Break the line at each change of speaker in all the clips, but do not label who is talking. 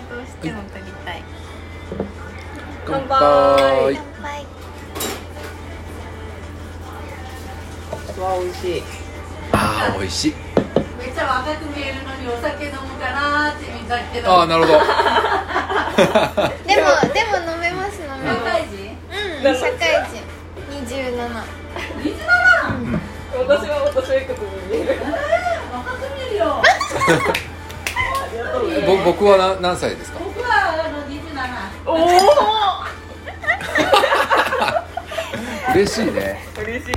でも撮りたい
乾
乾杯
杯
わ美味しい
ああ美味しい
めっちゃ若く見えるのにお酒飲むかなーって見たけど
ああなるほど
でもでも飲めます飲め
社
ます
会人
うん社会人二十七
水だな
私は私はいくつに見える
若く見えるよ
ありがとうござい
ぼ僕はな何歳ですか
僕はあの27
ます
嬉しいね
おお嬉しい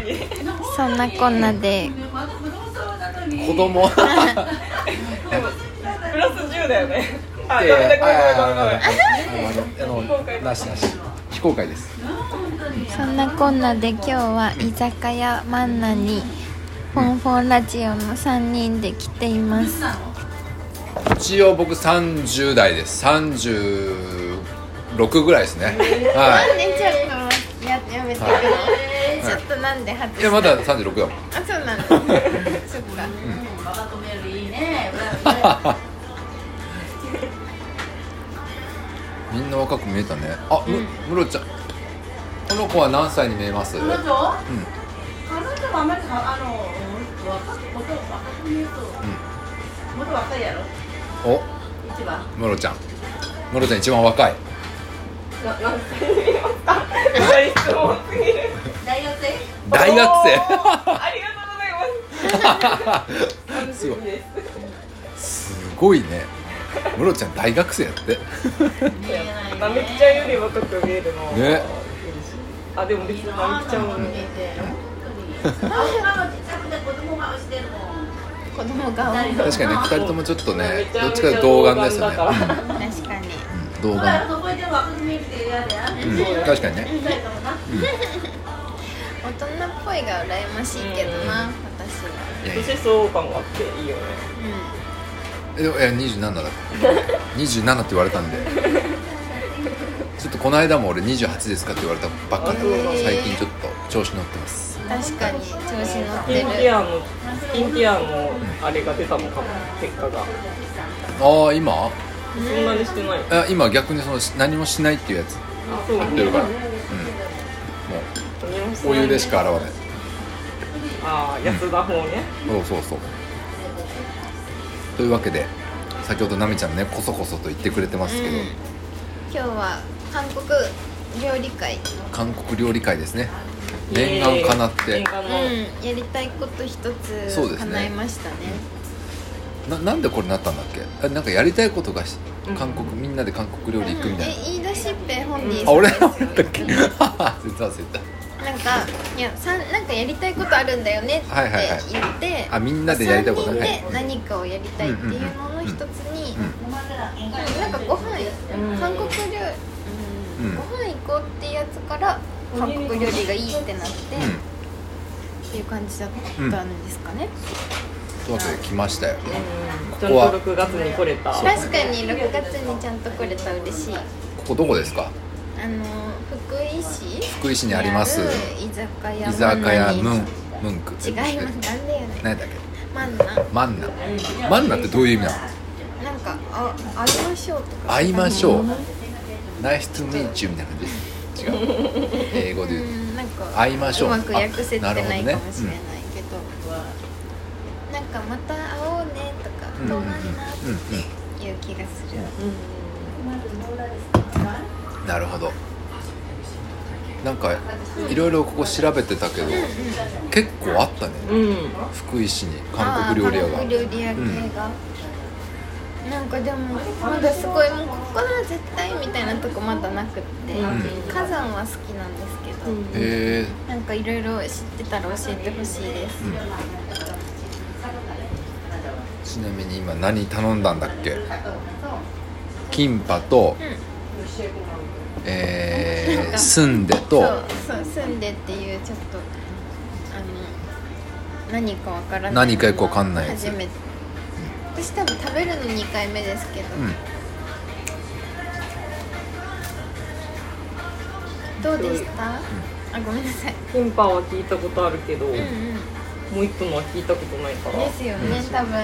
そんなこんなで
まだ子供そうなのに
子 供
でもプラス10だよねあ
い
ダ
や
メ
いや
だごめんごめんごめん
あのあのあのなしなし非公開です
そんなこんなで今日は居酒屋マンナにフォンフォンラジオの三人で来ています
一応僕30代です36ぐらいですね
なん
は
でちょっとややめてくの、
い
ちょっとなんで外
い
し
い
た
やま
あ
だ36よ
そうなんだそっか
うん若く見えるいいね
みんな若く見えたねあむムロちゃんこの子は何歳に見えます
彼女彼女はあんまりあの若くもっと若く見えるともっと若いやろ
お
一番
ムロちゃんムロちゃん一番若い
な何歳に見えますか大質問すぎる
大学生
大 学
おーありがとうございます
生すごい
いい です
すごいねムロちゃん大学生やって
見えないね
まみきちゃんより若く見えるの
ね
あでも別
いい
に
な
まみきちゃんも
見えて本当にあんなの近くで子供がしてるもん
子供顔確
確 かにね
あ
2人ともちょっとね
めち
ど
ゃ
っ
め
ち
ち
かとい
ゃ
うと童顔ですよね
童顔だから
かに
うんうん童
ほら
顔
どこ行っても若く見えるって嫌だよ
うん確かにね
みたいかもな
大人っぽいが羨ましいけどな、私はい
やいや
年相応感があっていいよね
う
えでもいや27だから27って言われたんでちょっとこの間も俺28ですかって言われたばっかり
あそう
最近ちょっと調子乗ってます
ん確かに調子乗っ
ス
て
キンケ
る
アのスキンケアのあれが出たのかも結果が
ああ今
そんなにしてない
あ今逆にその何もしないっていうやつ
あそう
出るからうんも
何もし
う
ない
お湯でしか洗わない
ああ安田 方ね
そうそうそうというわけで先ほどなみちゃんねこそこそと言ってくれてますけど、
うん今日は韓国料理会
韓国料理会ですね念願かなって
念願の
うんやりたいこと一
そうで
つ
すね
叶いましたね
ななんでこれになったんだっけあなんかやりたいことがし
うん
韓国みんなで韓国料理行くみたいな
え、言い出しっぺ本人
あ、俺だ
なん
っ
です
た
よ
っけ絶対忘れ
なんかいやさんなんかやりたいことあるんだよねって
はいはいはい
言って、
たあみんなでやりたいこと
3
は
人で何かをやりたいっていうのの一つに、なんかご飯、
うん
韓国料理、
うん
ご飯行こうってやつから韓国料理がいいってなって、っていう感じだったんですかね、
というわけで来ましたよ
ちゃんと6月に来れた
確かに6月にちゃんと来れたら嬉しい
ここどこですか
あの福井市
福井市にあります
にある居
居
酒屋
酒屋ムン
違い
ムンク
ますなんでよね
何だっけ
マンナ
マンナマンナってどういう意味なの
なんかあ会いましょうとか
会いましょうんナイストゥミーチュみたいな感じ違う英語で言う
うんなんか
会いましょう
うまく訳せてないかもしれ
あな
ない
るほどね
けどなんかまた会おうねとか
うんうん
ど
う
うんなるなっていう気がする
うんなるほどなんかいろいろここ調べてたけど結構あったね
うんうん
福井市に韓国料理屋
あー
が
韓国料理屋系が、なんかでもまだすごいもうここなら絶対みたいなとこまだなくって、
うん
火山は好きなんですけど、
へえ
なんかいろいろ知ってたら教えてほしいです、
ちなみに今何頼んだんだっけキンパと、えー、スンデと
そうそう住んでっていうちょっとあの何かわからない
何かよくわかんないやつ
初めて私多分食べるの2回目ですけど、
う
どうでした、あごめんなさい
キンパは聞いたことあるけど、
うん
も
うん
う一個のは聞いたことないから
ですよね、多分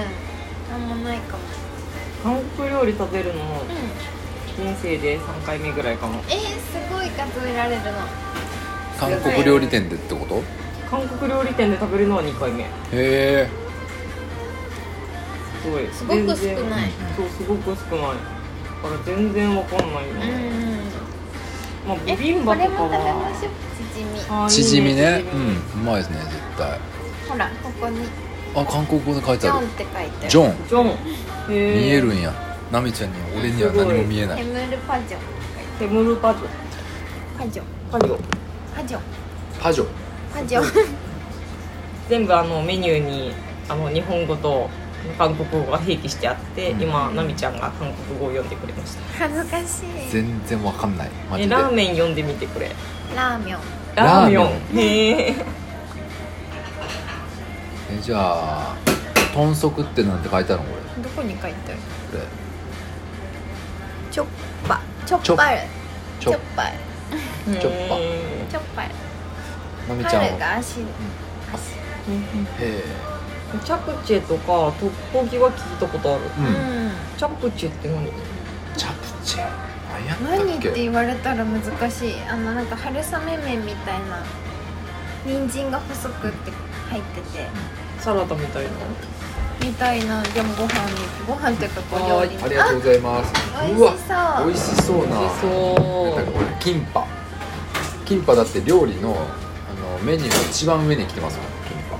あんまないかも
韓国料理食べるの
う
人生で3回目ぐらいかも
えー、すごい数えられるの
韓国料理店でってことへ
韓国料理店で食べるのは2回目
え
すごい
すごく少ない
そうすごく少ないだから全然わかんないよ
うん
ね、まあ
えこ
ビビ
れ
ン
も
バ
食
とか
べま
は
しょうチヂミ
あーいい
縮みね
チ
う
ヂミ
んうまいですね絶対
ほらここに
あ韓国語で書い
ジ
て
ョ
あ
ン
る
って書いてある
ジョン
ジョン
見
見
えるんやナミちゃんには俺には何も見えな
ヘ
い
ムールパジョン
テムルパジョ
パジョン
パジョ
パジョン
パジョ
パジョン
全部あのメニューにあの日本語と韓国語が併記してあって、
うん
今奈美ちゃんが韓国語を読んでくれました
恥ずかしい
全然わかんないマジ
え
で
ラーメン読んでみてくれ
ラーメン
ラーメン
ラーメンへえ
えじゃあ豚足ってなんて書いてあるのこれ
どこに書いてある
これ
チョッパチョ
チョ
ッパル
ち
チョ
ょ
ッパル
チョッパ
うん
チョッパル
ナミちゃん
春
はへ
が足
え
チャプチェとかトッポギは聞いたことある
う
うんん
チャプチェって何
チャプチェ何やった
何
っ
って
け
言われたら難しいあのなんか春雨麺みたいな人参が細くって入ってて
サラダみたいな
みたいなでもご飯にご飯っていうかこう料理に
ありがとうございます
あ
う
美
わ
味
美味しそうな
美味しそ
なんかこれキンパキンパだって料理のあのメニューの一番上に来てますもんキン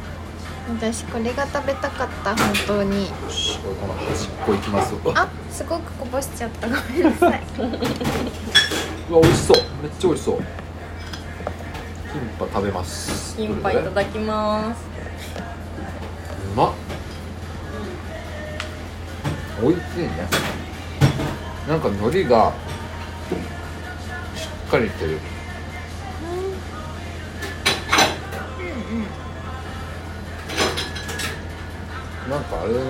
パ
私これが食べたかった本当に
よしこれこの端っこいきますうわ
あすごくこぼしちゃったごめんなさい
うわ美味しそうめっちゃ美味しそうキンパ食べます
うキンパいただきます
うまっ美味しいねなんか海苔がしっかりしてるなんかあれだね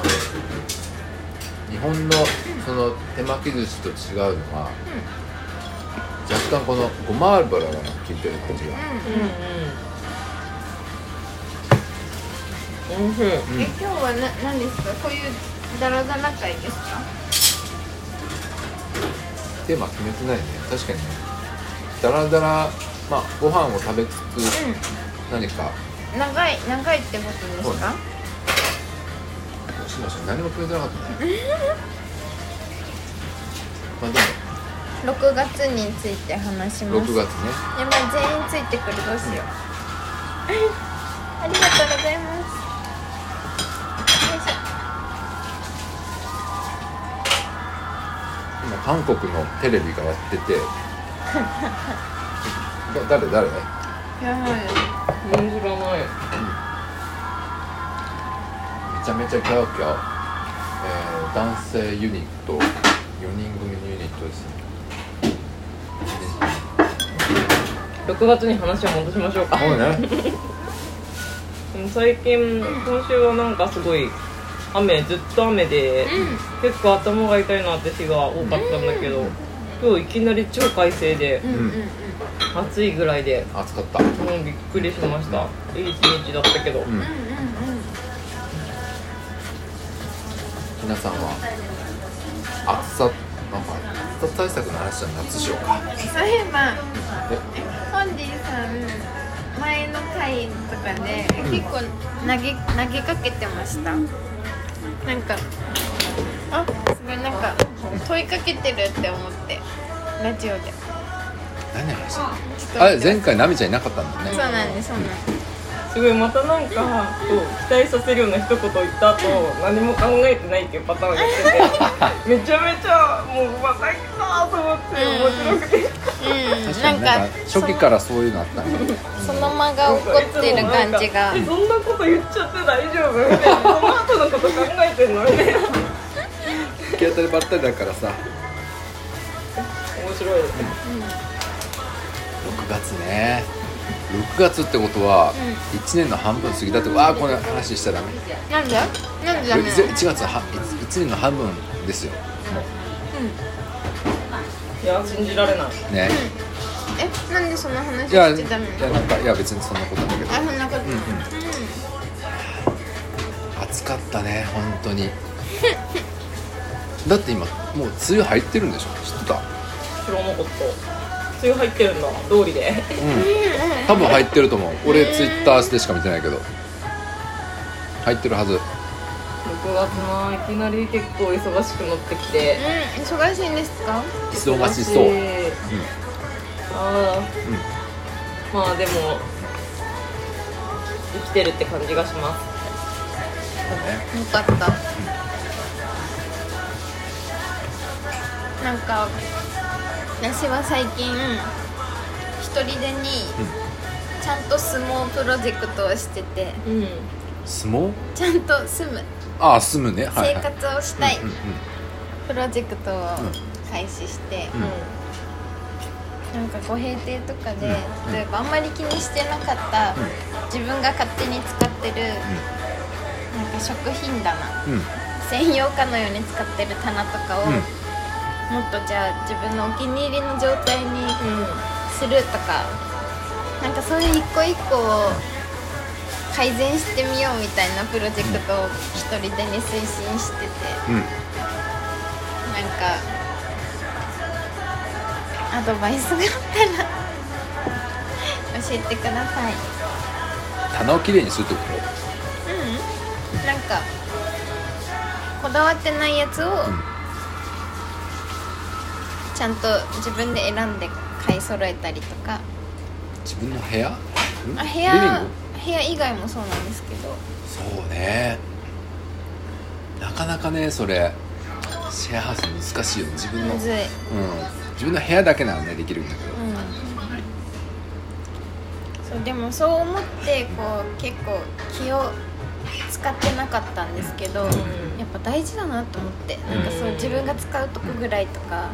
あの日本のその手巻き寿司と違うのは、若干このごま油が効いてる感じが、
うんうんおいしい
え今日はな何ですかこういうダラダラ会ですか
テーマ決めてないね確かにねだらだらまあご飯を食べつつ
う
何か
ん長い長いってことですか
しました何も決めてなかった ねまあ
6月について話し
でも
ます
6月ね
やばい全員ついてくるどうしようありがとうございますよいしょ
今韓国のテレビがやってて だ誰
や
誰
ばい
うん知らない
めちゃめちゃキャーキャー、えー男性ユニット4人組のユニットですね
6月に話を戻しましょうか
もうね
でも最近今週はなんかすごい雨ずっと雨で、結構頭が痛いなって日が多かったんだけど、今日いきなり超快晴で
うんうんうん
暑いぐらいで
暑かった
もうびっくりしましたいい一日だったけ
ん
ど、
うんうんうん
皆さんは暑さなんか暑さ対策の話は夏しようか
そういえば
え
ホンディさん前の回とかで結構投げ投げかけてましたなんかあすごいなんか問いかけてるって思ってラジオで
何話した
ちょっと
あ
待
れ
って
前回ナミちゃんいなかったん
そ
だ
う
よね
なんですそうなんです
すごいまたなんかそう期待させるような一言言った後何も考えてないっていうパターンが来ててめちゃめちゃもうまた来たと思って面白くて
うんな
確
ん
かに
か
なんか初期からそういうのあったね
その間が起こってる感じが
いつもなんかえそんなこと言っちゃって大丈夫みたいなその後のこと考えてんのみたいな面
行き当たりばったりだからさ
白
6
い
月ね6月ってことは1年の半分過ぎたってことああこの話しちゃダメ
なんでなんでダメなの
1月は1年の半分ですよ
いや信じられない
ね
えなんでその話
いや
し
い
ちゃダメな
や
の
なんかいや別にそんなことないけど
あそんなこと
うんうん暑かったね本当にだって今もう梅雨入ってるんでしょ知ってた
知らなかった梅雨入ってるんだ通りで
多分入ってると思う俺ツイッターでしか見てないけど入ってるはず
6月ないきなり結構忙しくなってきて
うん、忙しいんですか
忙しそう、うん、
ああ、まあでも生きてるって感じがします
よかったなんか私は最近一人でにちゃんと相撲プロジェクトをしてて
うん
相撲
ちゃんと住む
ああ住むねはい、
生
はい、
活をしたい
うんうん
プロジェクトを開始して
うん
なんかご平定とかで
うん
例えばあんまり気にしてなかった自分が勝手に使ってるなんか食品棚
うんうん
専用かのように使ってる棚とかを
うん
もっとじゃあ自分のお気に入りの状態に
うん
するとかなんかそういう一個一個を改善してみようみたいなプロジェクトを一人でに推進してて
うん
なんかアドバイスがあったら 教えてください
棚をきれいにするってこ
うんなんかこだわってないやつを
ん
ちゃんと自分で選んで買い揃えたりとか
と自分の部屋うん
あ部
リビン
屋
グ
部屋以外もそうなんですけど
そうねなかなかねそれシェアハウス難しいよね自分の、う
む
ん
ず、い、
自分の部屋だけならねできるんだけど
うん、そうでもそう思ってこう結構気を使ってなかったんですけど、やっぱ大事だなと思ってなんかそう自分が使うとこぐらいとか、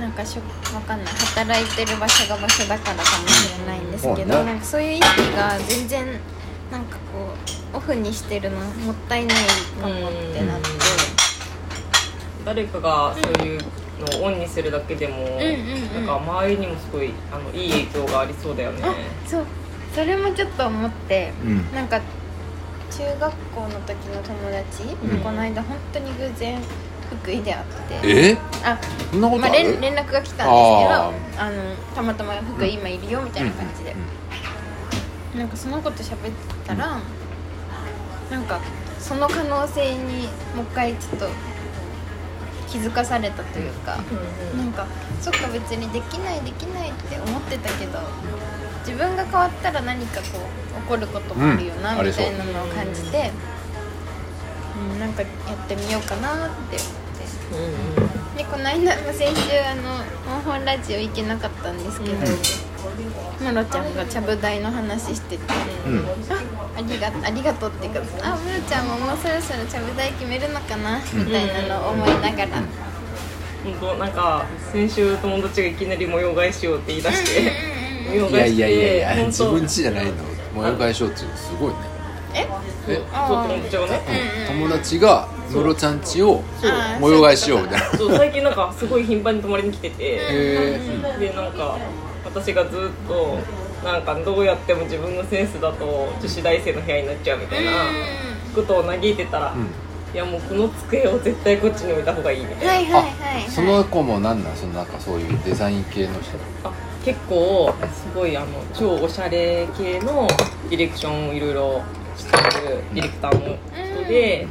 なんかしょわかんない働いてる場所が場所だからかもしれないんですけど、
そうね
なんかそういう意識が全然なんかこうオフにしてるのもったいないかもってなって。
誰かがそういうのをオンにするだけでも、
んうん
なんか周りにもすごいあのいい影響がありそうだよね
あそうそれもちょっと思って、
うん
なんか中学校の時の友達、
うん
この間本当に偶然福井で会って
え
あ
そんなこと
ま
あ
あ、
る
連連絡が来たんですけど
あ
あのたまたま福井今いるよみたいな感じで、なんかそのこと喋ってたら、なんかその可能性にもう一回ちょっと気づかされたというか、なんかそっか別にできないできないって思ってたけど自分が変わったら何かこう起こることもあるよな、
うんあり
み
そう
たいなのを感じて、うん、なんかやってみようかなって思ってでこの間も先週あの「モンホンラジオ」行けなかったんですけど、マロちゃんがちゃぶ台の話してて。
うんうん
ありがありがとうっていうかあむーちゃんももうそろそろちゃぶ台決めるのかなみたいなのを思いながら、
本当なんか先週友達がいきなり模様替えしようって言い出して模様
いや
替え
いやいやい
して
や
本
自
当
分家じゃないの模様替えしようっていうのすごいね
え
え
あ
そう
ー
友達がね
うん友達がムロちゃん家を
あー
模様替えしようみたいな
そう最近なんかすごい頻繁に泊まりに来てて
へ
でなんか私がずっとなんかどうやっても自分のセンスだと女子大生の部屋になっちゃうみたいなことを嘆いてたら、
ん
いやもうこの机を絶対こっちに置いた方がいいみたいな
はいはいはい
あその子もなんなんそのなんかそういうデザイン系の人
あ結構すごいあの超おしゃれ系のディレクションをいろいろしてるディレクターの人で、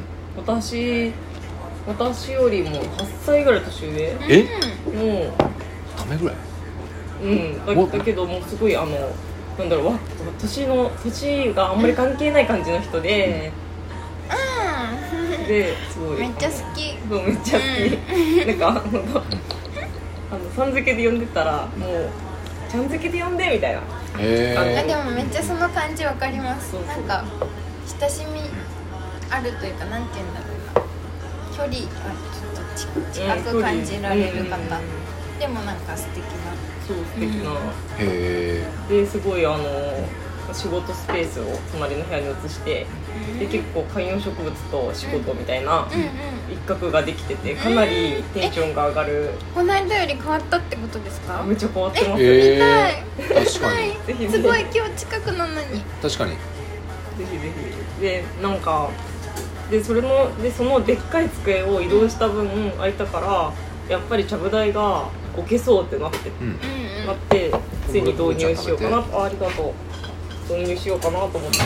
私私よりも8歳ぐらい年上
え
の
ダメぐらい
うんだ
も
だけどもうすごいあのなんだろうわ年の年があんまり関係ない感じの人で、ですご
うん
い
めっちゃ好き
そうめっちゃ好き、なんかほんとあのさん付けで呼んでたらもうちゃん付けで呼んでみたい
あ
な
へ
でもめっちゃその感じわかります
そうそう
なんか親しみあるというかなんて言うんだろうな距離がちょっとち近く感じられる方、でもなんか素敵な
そう素敵な、
えへ
ですごいあの仕事スペースを隣の部屋に移してで結構観葉植物と仕事みたいな
うんうん
一角ができててかなりテンションが上がる
この間より変わったってことですか
めっちゃ変わってま
え
すぜ
へ
は
え
い
確かに
は
ぜひ
い
ね
すごい今日近くなのに
確かに
ひぜひでなんかでそれのでそのでっかい机を移動した分空いたからやっぱりちゃぶ台が置けそうってなって
うん
うん
なってついに導入しようかなあありがとう導入しようかなと思って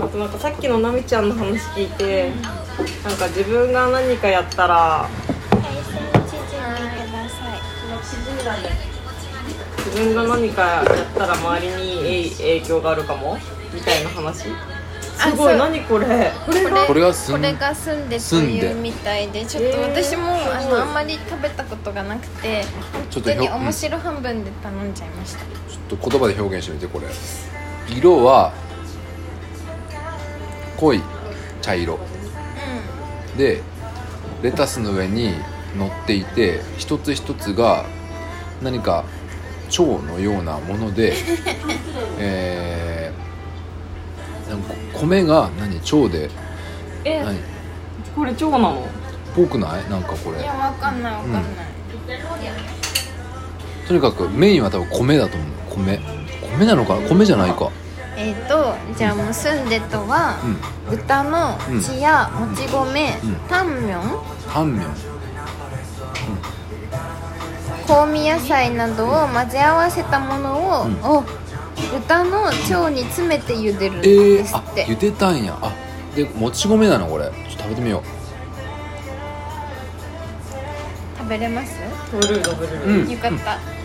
あとなんかさっきのなみちゃんの話聞いてなんか自分が何かやったら自分が何かやったら周りにえい影響があるかもみたいな話すご
そう
い何これこれ
これがすん
これが住んでというみたいでちょっと
えー
私もあ
すごい
のあんまり食べたことがなくて
ち
普
ょっと
通に
表
面白半分で頼んじゃいました
ちょっと言葉で表現してみてこれ色は濃い茶色
う
でレタスの上に乗っていて一つ一つが何か蝶のようなものでえー、なんか米が何蝶で
え
何
これ蝶なの
ぽくないなんかこれ
んいやわかんないわかんない、
とにかくメインは多分米だと思う米米なのかな米じゃないか
えっ、とじゃあもう住んでとは
う、ん
豚の血やもち米、
うん
タンミョン
タンミョン
香味野菜などを混ぜ合わせたものを、
うん
を豚の腸に詰めて茹でるん
え
です
ー、あ
って、
茹でたんやあでもち米なのこれちょっと食べてみよ
食べれます
ブルーだブル
うう
ー、
ん
よかった、
えー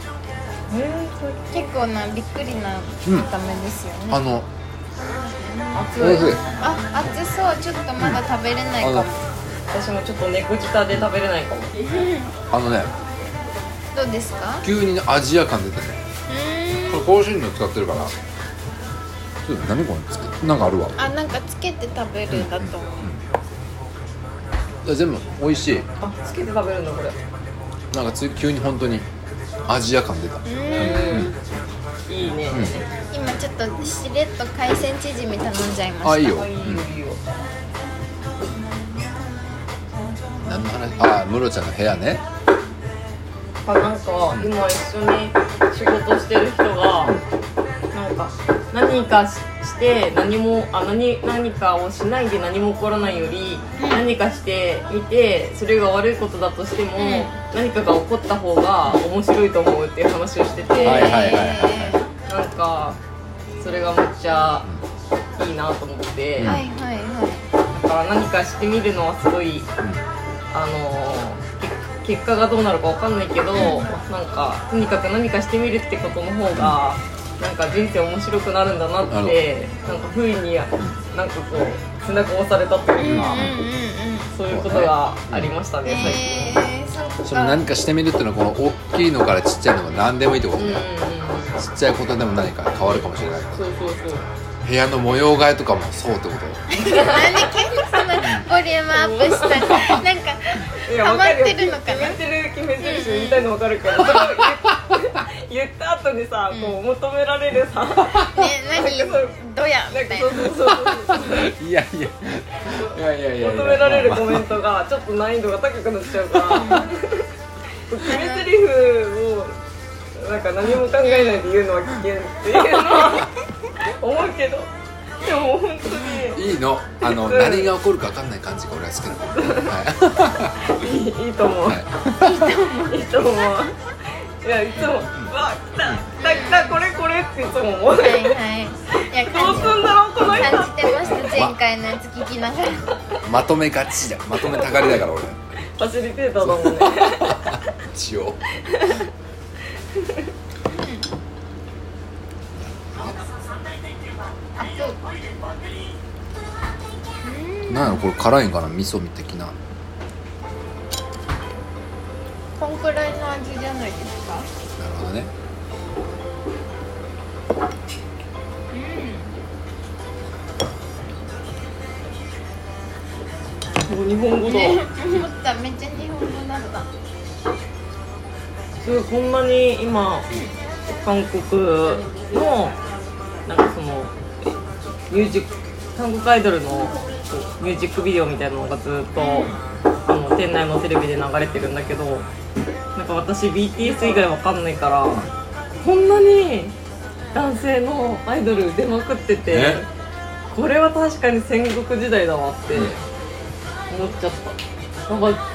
これ
結構なびっくりな見た目ですよね、
あの
熱
おいしい
あ熱そうちょっとまだ食べれないか
あ
も
の
私もちょっと猫舌で食べれないかも
あのね
どうですか
急にねアジア感出てね
うーん
これ香辛料使ってるからちょっと何これつけなんかあるわ
あなんかつけて食べるんだと思う、
いや全部美味しい
あつけて食べるんだこれ
なんかつ急に本当にアジア感出た
う
うんいいね、
ーん今ちょっとしれっと海鮮チヂミ頼んじゃいました
あいいよ、
あいいよ
う
いいよ
ん、何の話あムロちゃんの部屋ね
あなんか今一緒に仕事してる人がなんか何かしして何もあ何何かをしないで何も起こらないより何かしてみてそれが悪いことだとしても
ん
何かが起こった方が面白いと思うっていう話をしてて
は
えー
いはいはいはい
なんかそれがめっちゃいいなと思って。
うん
はいはいはい
だから何かしてみるのはすごい、あのーけ結果がどうなるかわかんないけど、なんかとにかく何かしてみるってことの方が、なんか人生面白くなるんだなってなんか不意になんかこう背中を押されたというか、
うんうんうん
そういうことがありましたね、最近。
えー、そっか
その何かしてみるっていうのはこの大きいのからちっちゃいのが何でもいいってこと
うんうん
ね
うん
ちっちゃいことでも何か変わるかもしれない
そうそうそう
部屋の模様替えとかもそうってこと
なんで結構そのボリュームアップしたなんか
い
ハ
や
マ
わ
って
よ
るのかな
決めてる決めてるし言いたいの分かるけ どそれを言っ言った後にさこう求められる さなんか
ね何どやみたいな
そうそうそうそう
いやいやいやいやいや
求められるコメントがちょっと難易度が高くなっちゃうから決め台詞をなんか何も考えないで言うのは危険っていうのは思うけどでも本
いいのあの
うん
何が起こるか分かんない感じが俺は好きなの、は
当にいいいいと思
い
う、
はい
、いと思ういやいつも「うわ来た来た来たこれこれ」っていつも思う、
はいはいいや
ど
感
う
じ
すんだろうこの人
感じてました前回のやつ聞きながら
い、まとめがちだまとめたがりだから俺
ファシリテーターだもんね
一応
あそう
なんやろこれ辛いんかな味噌的な
こんくらいの味じゃないですか
なるほどね
もう日本語だ
ね思っためっちゃ日本語だった
すごいこんなに今韓国のなんかそのミュージック韓国アイドルのこうミュージックビデオみたいなのがずっとあの店内のテレビで流れてるんだけどなんか私 BTS 以外わかんないからこんなに男性のアイドル出まくってて
ね
これは確かに戦国時代だわって思っちゃったなんか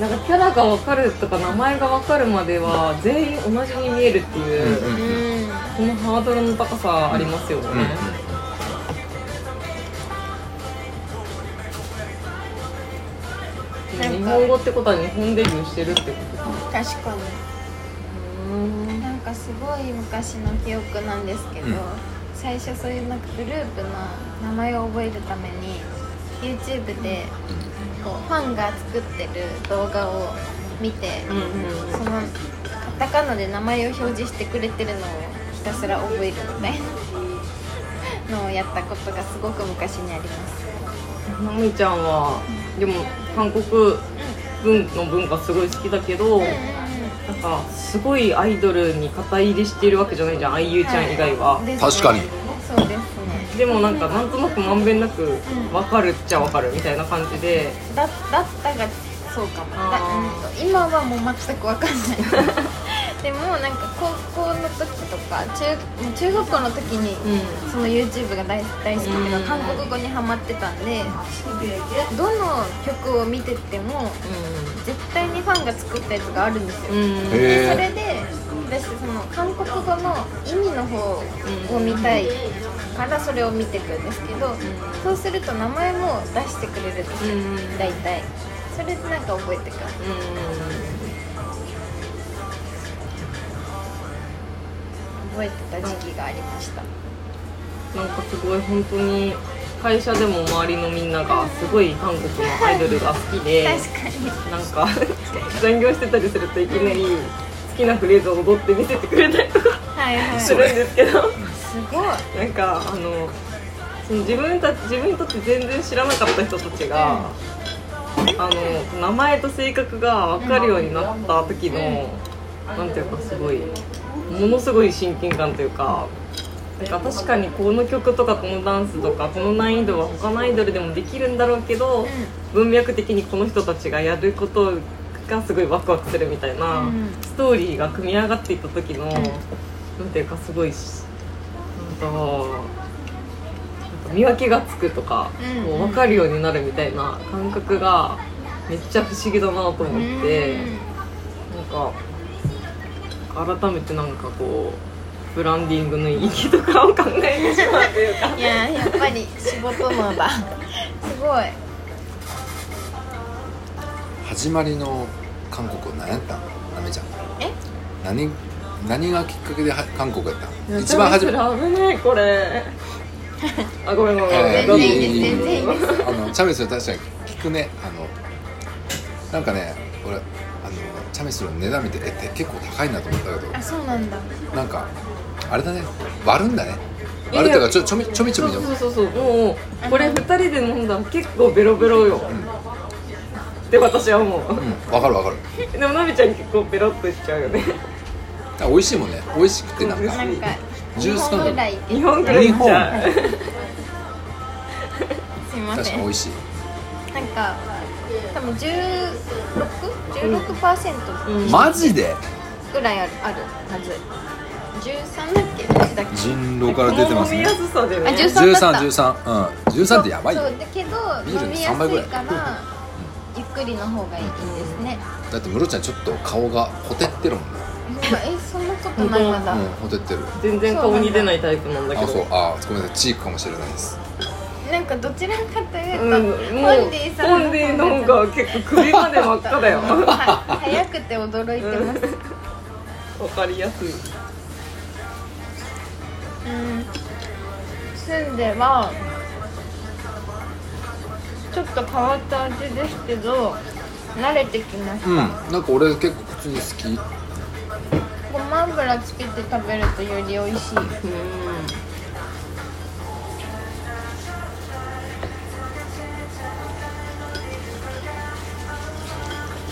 なんかキャラが分かるとか名前が分かるまでは全員同じに見えるっていう、
うん
うん
このハードルの高さありますよね、
うん
日本語ってことは日本デビューしてるってことか
確かになんかすごい昔の記憶なんですけど、
うん
最初そういうなんかグループの名前を覚えるために YouTube でこうファンが作ってる動画を見て、
うんうんうん
そのカタカナで名前を表示してくれてるのをひたすら覚えるみたいなのをやったことがすごく昔にあります
ナミちゃんはでも韓国文の文化すごい好きだけど、なんかすごいアイドルに肩入りしているわけじゃないじゃん IU ちゃん以外は、
ですね
確かに
そうですね
でもなんかなんとなくまんべんなく分かるっちゃ分かるみたいな感じで
だだったがそうかもだ
あ
うんと今はもう全く分かん ないでもなんか高校の時とか中もう中学校の時に、
う
その YouTube が大大好きで
うん
韓国語にハマってたんでどの曲を見てても絶対にファンが作ったやつがあるんですよ、
んうん
へえ
でそれで私その韓国語の意味の方を見たいからそれを見てくんですけど、そうすると名前も出してくれるんですよ、
うん
大体それでなんか覚えてくる覚えてた時期がありました
なんかすごい本当に会社でも周りのみんながすごい韓国のアイドルが好きで
確かに
なんか 残業してたりするといきなり好きなフレーズを踊って見せてくれたりとか
はいはい
す
す
るんですけど
ごい
なんかあのその自分たち自分にとって全然知らなかった人たちが、あの名前と性格が分かるようになった時の、なんていうかすごいものすごい親近感というか。なんか確かにこの曲とかこのダンスとかこの難易度は他のアイドルでもできるんだろうけど、文脈的にこの人たちがやることがすごいワクワクするみたいな、
うん
ストーリーが組み上がっていった時の、なんていうかすごいしなんかなんか見分けがつくとか、
うん
こう分かるようになるみたいな感覚がめっちゃ不思議だなと思って、なんか改めてなんかこうブランディングの意義とかを考えてしまうというか
うんいややっぱり仕事のだすごい
始まりの韓国何やったんなめちゃん
え
何何がきっかけでは韓国やったん
一
一番
番
初
初め
めあ
危ねえ これあごめんごめんごめん
えー
どうぞ
いいいい全
然いいです
のチャメスル確かに聞くねあのなんかね俺あのチャメスルの値段見てえて結構高いなと思ったけ
あそうなんだ
どなんかあれだね割るんだね
いやい
割る
や
というかちょちょみちょみちょみの
そうそうそうそうもうこれ2人で飲んだら結構ベロベロよ、って私は思う
うんわかるわかる
でもなみちゃん結構ベロっといっちゃう よね
あ美味しいもんね美味しくてなんか
なんか
ジュース
日
飲ん
本ぐ
だ
らいいけ
日本くらいいっちゃう
すいま
確か
せ
に
ん
美味しい
なんか多分 16?16%
うん
マジで
ぐらいあるあるはず13だっけどっちだっけ
人狼から出てますね
この飲みやすさでね
あジュース
1313うん13ってやばいよ
そうだけど
ビール
飲
の
みや
3倍
すい
ぐらい
からゆっくりの方がいいですね
だってムロちゃんちょっと顔がほてってるもんね、
なんかえそんなことないまだ
うん、ほてってる
全然顔に出ないタイプなんだけ
あそう
ど
あごめんなさいチークかもしれないです
なんかどちらかというと、
うん、もう
ホンディさん
ホンディの方が結構首まで真っ赤 だよ
は
わ
早くて驚いてます
かりやすい
うん住んではちょっと変わった味ですけど慣れてきまし
うんなんか俺結構普通に好き
たごま油つけて食べるとより美味しい
うん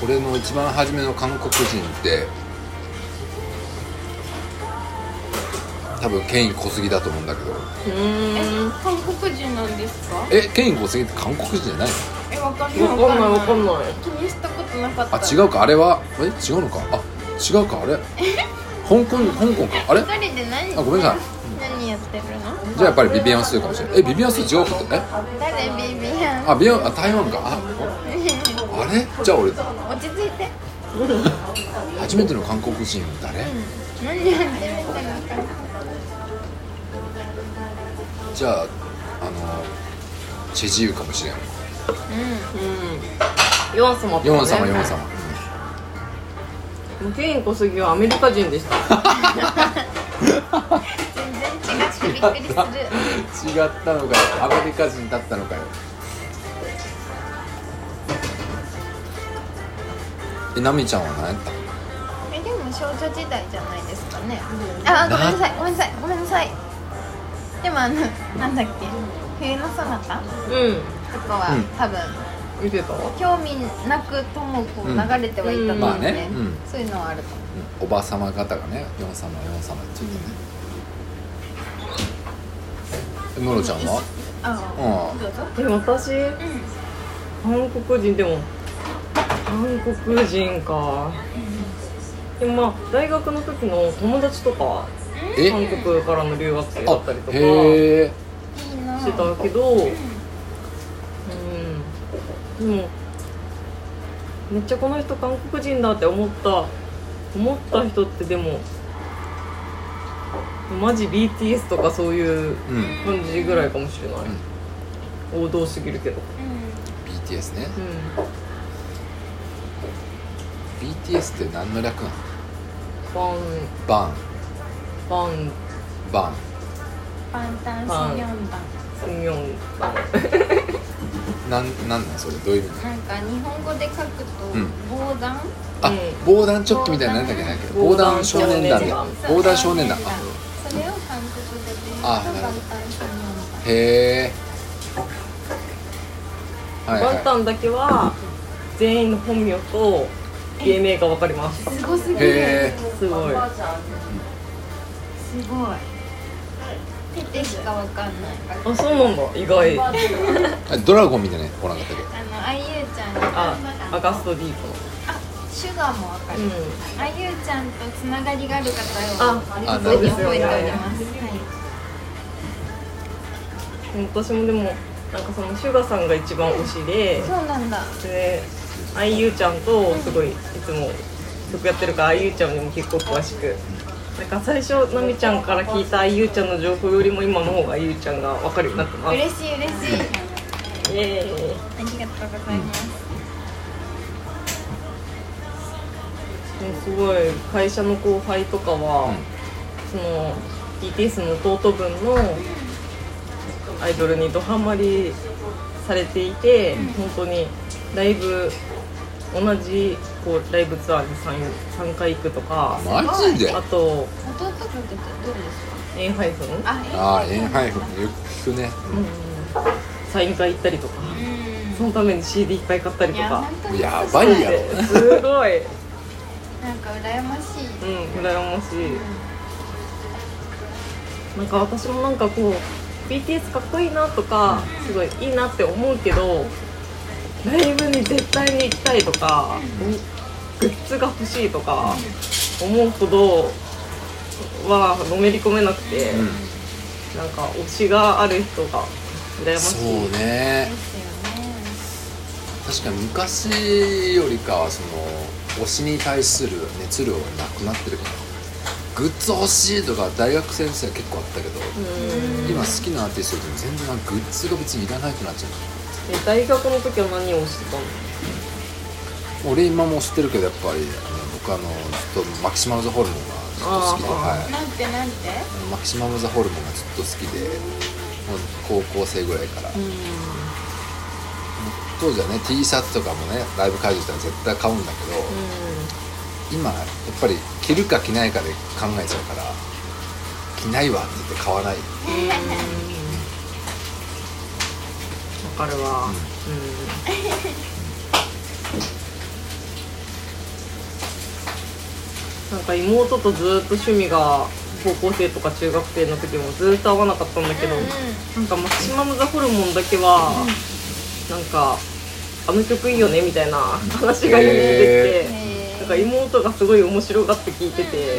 俺の一番初めの韓国人って多分ケイン小杉だと思うんだけど
え
うん
韓国人なんですか
えケイン小杉って韓国人じゃないの
えわかんない
わかんないわかん
い
ない
気にしたことなかった
あ違うかあれはえ違うのかあ違うかあれ香港香港かあれ
一人で何
あごめんなさい
何やってってるの
じゃあやっぱりビビアンスーかもしれないえビビアンスー違うことえ
誰ビビアン
あビビアンあ台湾かああれじゃあ俺
落ち着いて
初めての韓国人誰、
何やってみたのか
じゃああのチェジウかもしれん
ヨン様とか、ね、
ヨン様ヨン様
ムケイン小杉はアメリカ人でした
全然違ってびっくりする
違ったのかよアメリカ人だったのかよえなみちゃんは何やった
えでも少女時代じゃないですかねああごめんなさいごめんなさいごめんなさいでもあのなんだっけ冬のそなた
う
とかは、
うん
多分
ん見てた
興味なくともこう
うん
流れてはいたと
ま
思
あ
う
ね
ね
うん
そういうのはあると思う
おばさま方がねヨン様ヨン様って言ってねムロちゃんは
あ
うん
どうぞ
でも私韓国人でも韓国人かでもまあ大学の時の友達とか
え
韓国からの留学生だ
あ
ったりとかし
へえ
いいな
てたけどうんでもめっちゃこの人韓国人だって思った思った人ってでもマジ BTS とかそういう
うん
感じぐらいかもしれない、王道すぎるけど
BTS ね
うん
BTS って何の略なの
ファン
バン
ファン
バン
パンタンス
はい
4番
スンヨンさん
なんなんなんそれどういう意味な
なん
の
か日本語で書くと
うん
防弾
あ、
うん
防弾チョッキみたいなのなんだっけなんだっけ防弾少年団ね防弾少年団あ
それを韓国語で言うと
あ
パン
なるほ
タン
ど
ス4番
へえはい
バン
は
タンだけは全員の本名と芸名がわかります
すごすぎ
い
る
へ
すごい
すごいペテしかわかんないから
あそうなんだ意外あ
えドラゴンみたいなのおらなかったっ
あのあゆうちゃん
アガストディー
あシュガーもわか
プ
る、
のうん
あゆうちゃんとつながりがある方を
あ
あ
常
そう
に
です
覚えており
ね
ます、
私もでもなんかそのシュガさんが一番推しで
はい、そうなんだ
であいゆうちゃんとすごいいつも曲やってるからあいゆうちゃんにも結構詳しくなんか最初なみちゃんから聞いたあいゆうちゃんの情報よりも今の方があいゆうちゃんがわかるようになってます
嬉しい嬉しい
イエー
あり
イ
がとうございます、
ねすごい会社の後輩とかは、その BTS の弟分のアイドルにドハマりされていて、本当にライブ同じこうライブツアーに 3, 3回行くとか
けマジで
あと
弟くんってどうですか
A ハイフン
あ
あーエンハイフンよく聞くね
サイン会行ったりとか
う
そのために CD いっぱい買ったり
んい
と
や
か
本当に
やばいやろ
すごい、うん、
なんか羨ましい、
羨ましい。なんか私もなんかこう BTS かっこいいなとかすごいいいなって思うけどライブに絶対に行きたいとかグッズが欲しいとか思うほどはのめり込めなくて、
うん
なんか推しがある人が羨ましい
そうね
ですよね
確かに昔よりかはその推しに対する熱量がなくなってるかなグッズ欲しいとか大学先生は結構あったけど
うん
今好きなアーティストでも全然グッズが別にいらないってなっちゃう
え大学の時は何を推してたの
俺今も知ってるけどやっぱりあの僕あのずっとマキシマムザホルモンがずっと好きで、
あー
は
な
い、
んてなんて
あのマキシマムザホルモンがずっと好きでもう高校生ぐらいから、当時はね T シャツとかもねライブ会場行ったら絶対買うんだけど、今やっぱり着るか着ないかで考えちゃうから着ないわって言って買わない
わかるわうんなんか妹とずーっと趣味が高校生とか中学生の時もずーっと合わなかったんだけど、なんかマキシマム・ザ・ホルモンだけは、なんかあの曲いいよねみたいな話が出てきて、
へー
なんか妹がすごい面白がって聞いてて、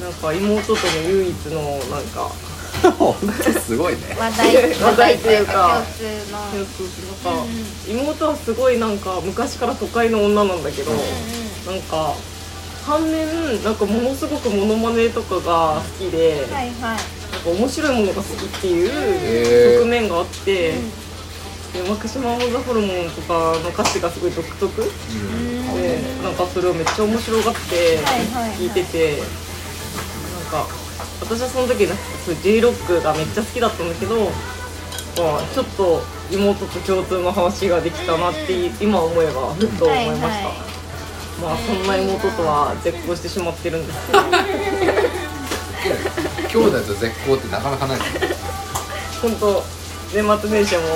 なんか妹との唯一のなんか
本当すごいね
話題
話題っていうか
話題っていうか共通
なん
の
か
うん
妹はすごいなんか昔から都会の女なんだけど、なんか反面なんかものすごくモノマネとかが好きで、
うんはいはい
なんか面白いものが好きってい
へー
う側面があって、でマクシマ・オブザ・ホルモンとかの歌詞がすごい独特で、
うん
なんかそれをめっちゃ面白がって
はいはいはい
聴いてて、なんか私はその時なんかそういう J ロックがめっちゃ好きだったんだけど、まあ、ちょっと妹と共通の話ができたなってい今思えばふっと思いました。
はいはい
まあそんな妹とは絶交してしまってるん ですけど
兄弟と絶好ってなかなかないですね
本当年末年始はもう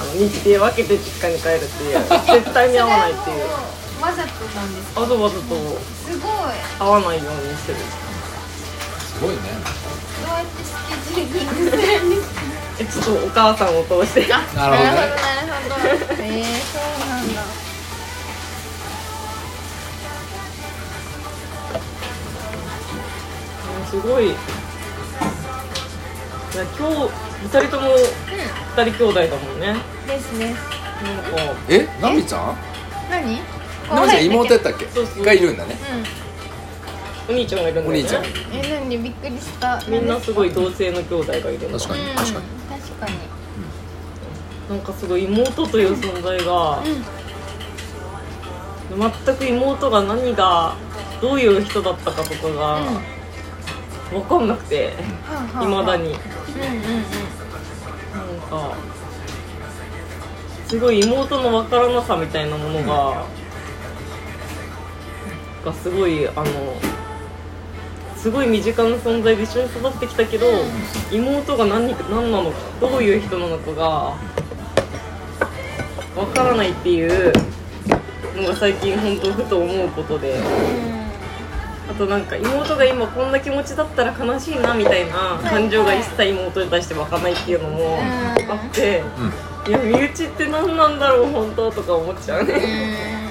あの日程分けて実家に帰るっていう絶対に会わないって
そ
いう
れはもうわざとなんです
わざわざと
すごい
会わないようにしてる
すごいね
どうやってスケジューリングするんですか
えちょっとお母さんを通して
なるほど
な
ね
るほどえー、そうなんだ
すごいいや今日2人とも2人兄弟だもんねなんか
ですね
えナミちゃん
何
ナミちゃん妹やっ
った
っけ
そうそう
がいるんだね
う
お兄ちゃんがいるん
お
だ
兄ちゃん
よね
んえ何びっくりした
みんなすごい
うん
同性の兄弟がいるんだ
確かに確
確
か
かに
に
確かに
なんかすごい妹という存在が、全く妹が何がどういう人だったかとかが
うん
分かんなくていま、だに
うんうんうん
なんかすごい妹の分からなさみたいなものが、がすごいあのすごい身近な存在で一緒に育ってきたけど、妹が何何なのかどういう人なのかが分からないっていうのが最近本当ふと思うことで。あとなんか妹が今こんな気持ちだったら悲しいなみたいな感情が一切妹に対して湧かないっていうのもあって、いや身内って何なんだろう本当とか思っちゃうね、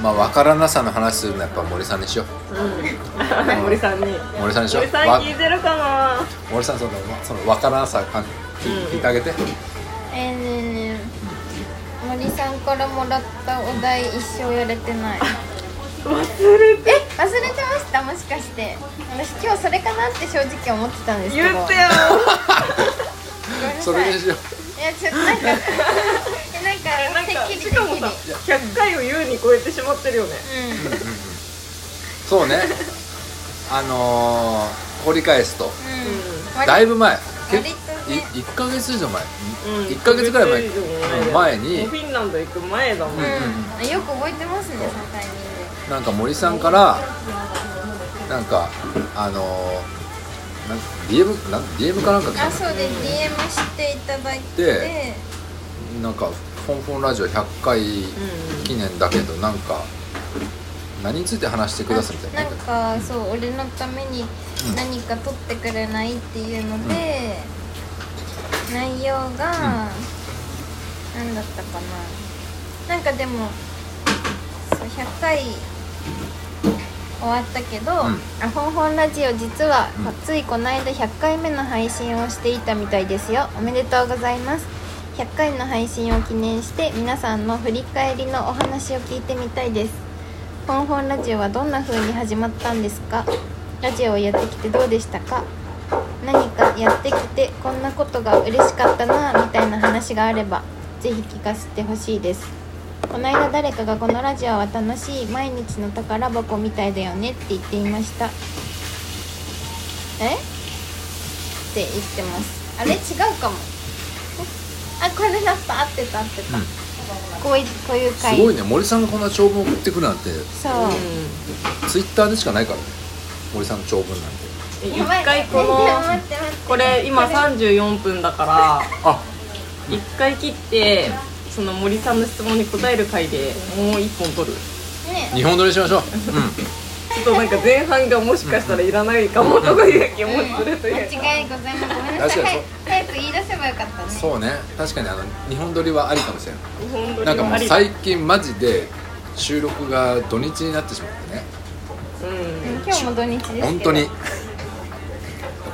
まあ分からなさの話するのはやっぱ森さんにしよ
うん、森さんに
う森さんにしよう
森さん
わ
聞いてるかな
森さんそのその分からなさ感聞いてあげて
えー、ねえねえ森さんからもらったお題一生やれてない
忘れ
え
て
忘れてましたもしかして私今日それかなって正直思ってたんですけ
言
ど
ってよ
それにしよう
いやちょっと なんかえなんか
なんか
てっき
し
りてっ
か
き
も
り
さ100回を優に超えてしまってるよね
うん
そうねあのー、掘り返すと
うん
だいぶ前
割
け
とね
い1ヶ月以上前、
うん
1ヶ月ぐらい前
一ヶ月以
うん
上
前に
フィンランド行く前だもん、
うんよく覚えてますねそのタイミング
なんか森さんからなんかあのー、なん DM, なん DM かなんか来た
あそうで DM していただい
で
て
なんか「フォンフォンラジオ100回記念だけどなんか何について話してください」みた
ないん
な
かそう俺のために何か撮ってくれないっていうので、内容が、何だったかななんかでもそう100回終わったけど、
ん
あほんほんラジオ実は、ついこの間100回目の配信をしていたみたいですよおめでとうございます100回の配信を記念して皆さんの振り返りのお話を聞いてみたいですほんほんラジオはどんな風に始まったんですかラジオをやってきてどうでしたか何かやってきてこんなことが嬉しかったなみたいな話があればぜひ聞かせてほしいですこの間誰かがこのラジオは楽しい毎日の宝箱みたいだよねって言っていましたえって言ってますあれ違うかも あこれだった合ってた合ってた、
うん
こういうこういう回
すごいね森さんがこんな長文送ってくるなんて
そう、
ツイッターでしかないからね森さんの長文なんて
うん
やばい
一回この
待って待って
これ今34分だから
あ
一回切ってその森さんの質問に答える回でもう一本取る
ね
日本撮りしましょう
ちょっとなんか前半がもしかしたらいらないかもとかいう気もするというか
間違いございませんごめんなさい
確かに
早
そう
く早く言い出せばよかった
うん
ね
そうね確かにあの日本撮りはありかもしれない
本当
なん
に
かも
あ
う
り
最近マジで収録が土日になってしまってね
うん
今日も土日ですけど
本当に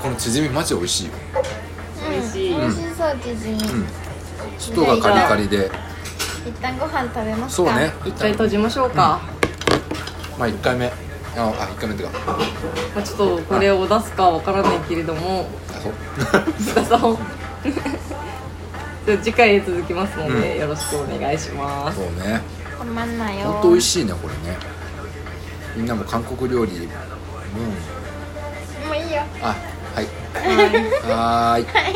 このチヂミマジ美味しいよ、
美味しい、
美味しそうチヂミ
うん、外がカリカリで
一旦ご飯食べますか
そうね
一回閉じましょうか、
まあ1回目ああ1回目ってか
まあ、ちょっとこれを出すかわからないけれども
あそう
菅さんを じゃあ次回へ続きますので、
うん
よろしくお願いします
そうね
たまんないよ
本当美味しいねこれねみんなも韓国料理うん
もういいよ
あはい
は
は
い
ーい
はい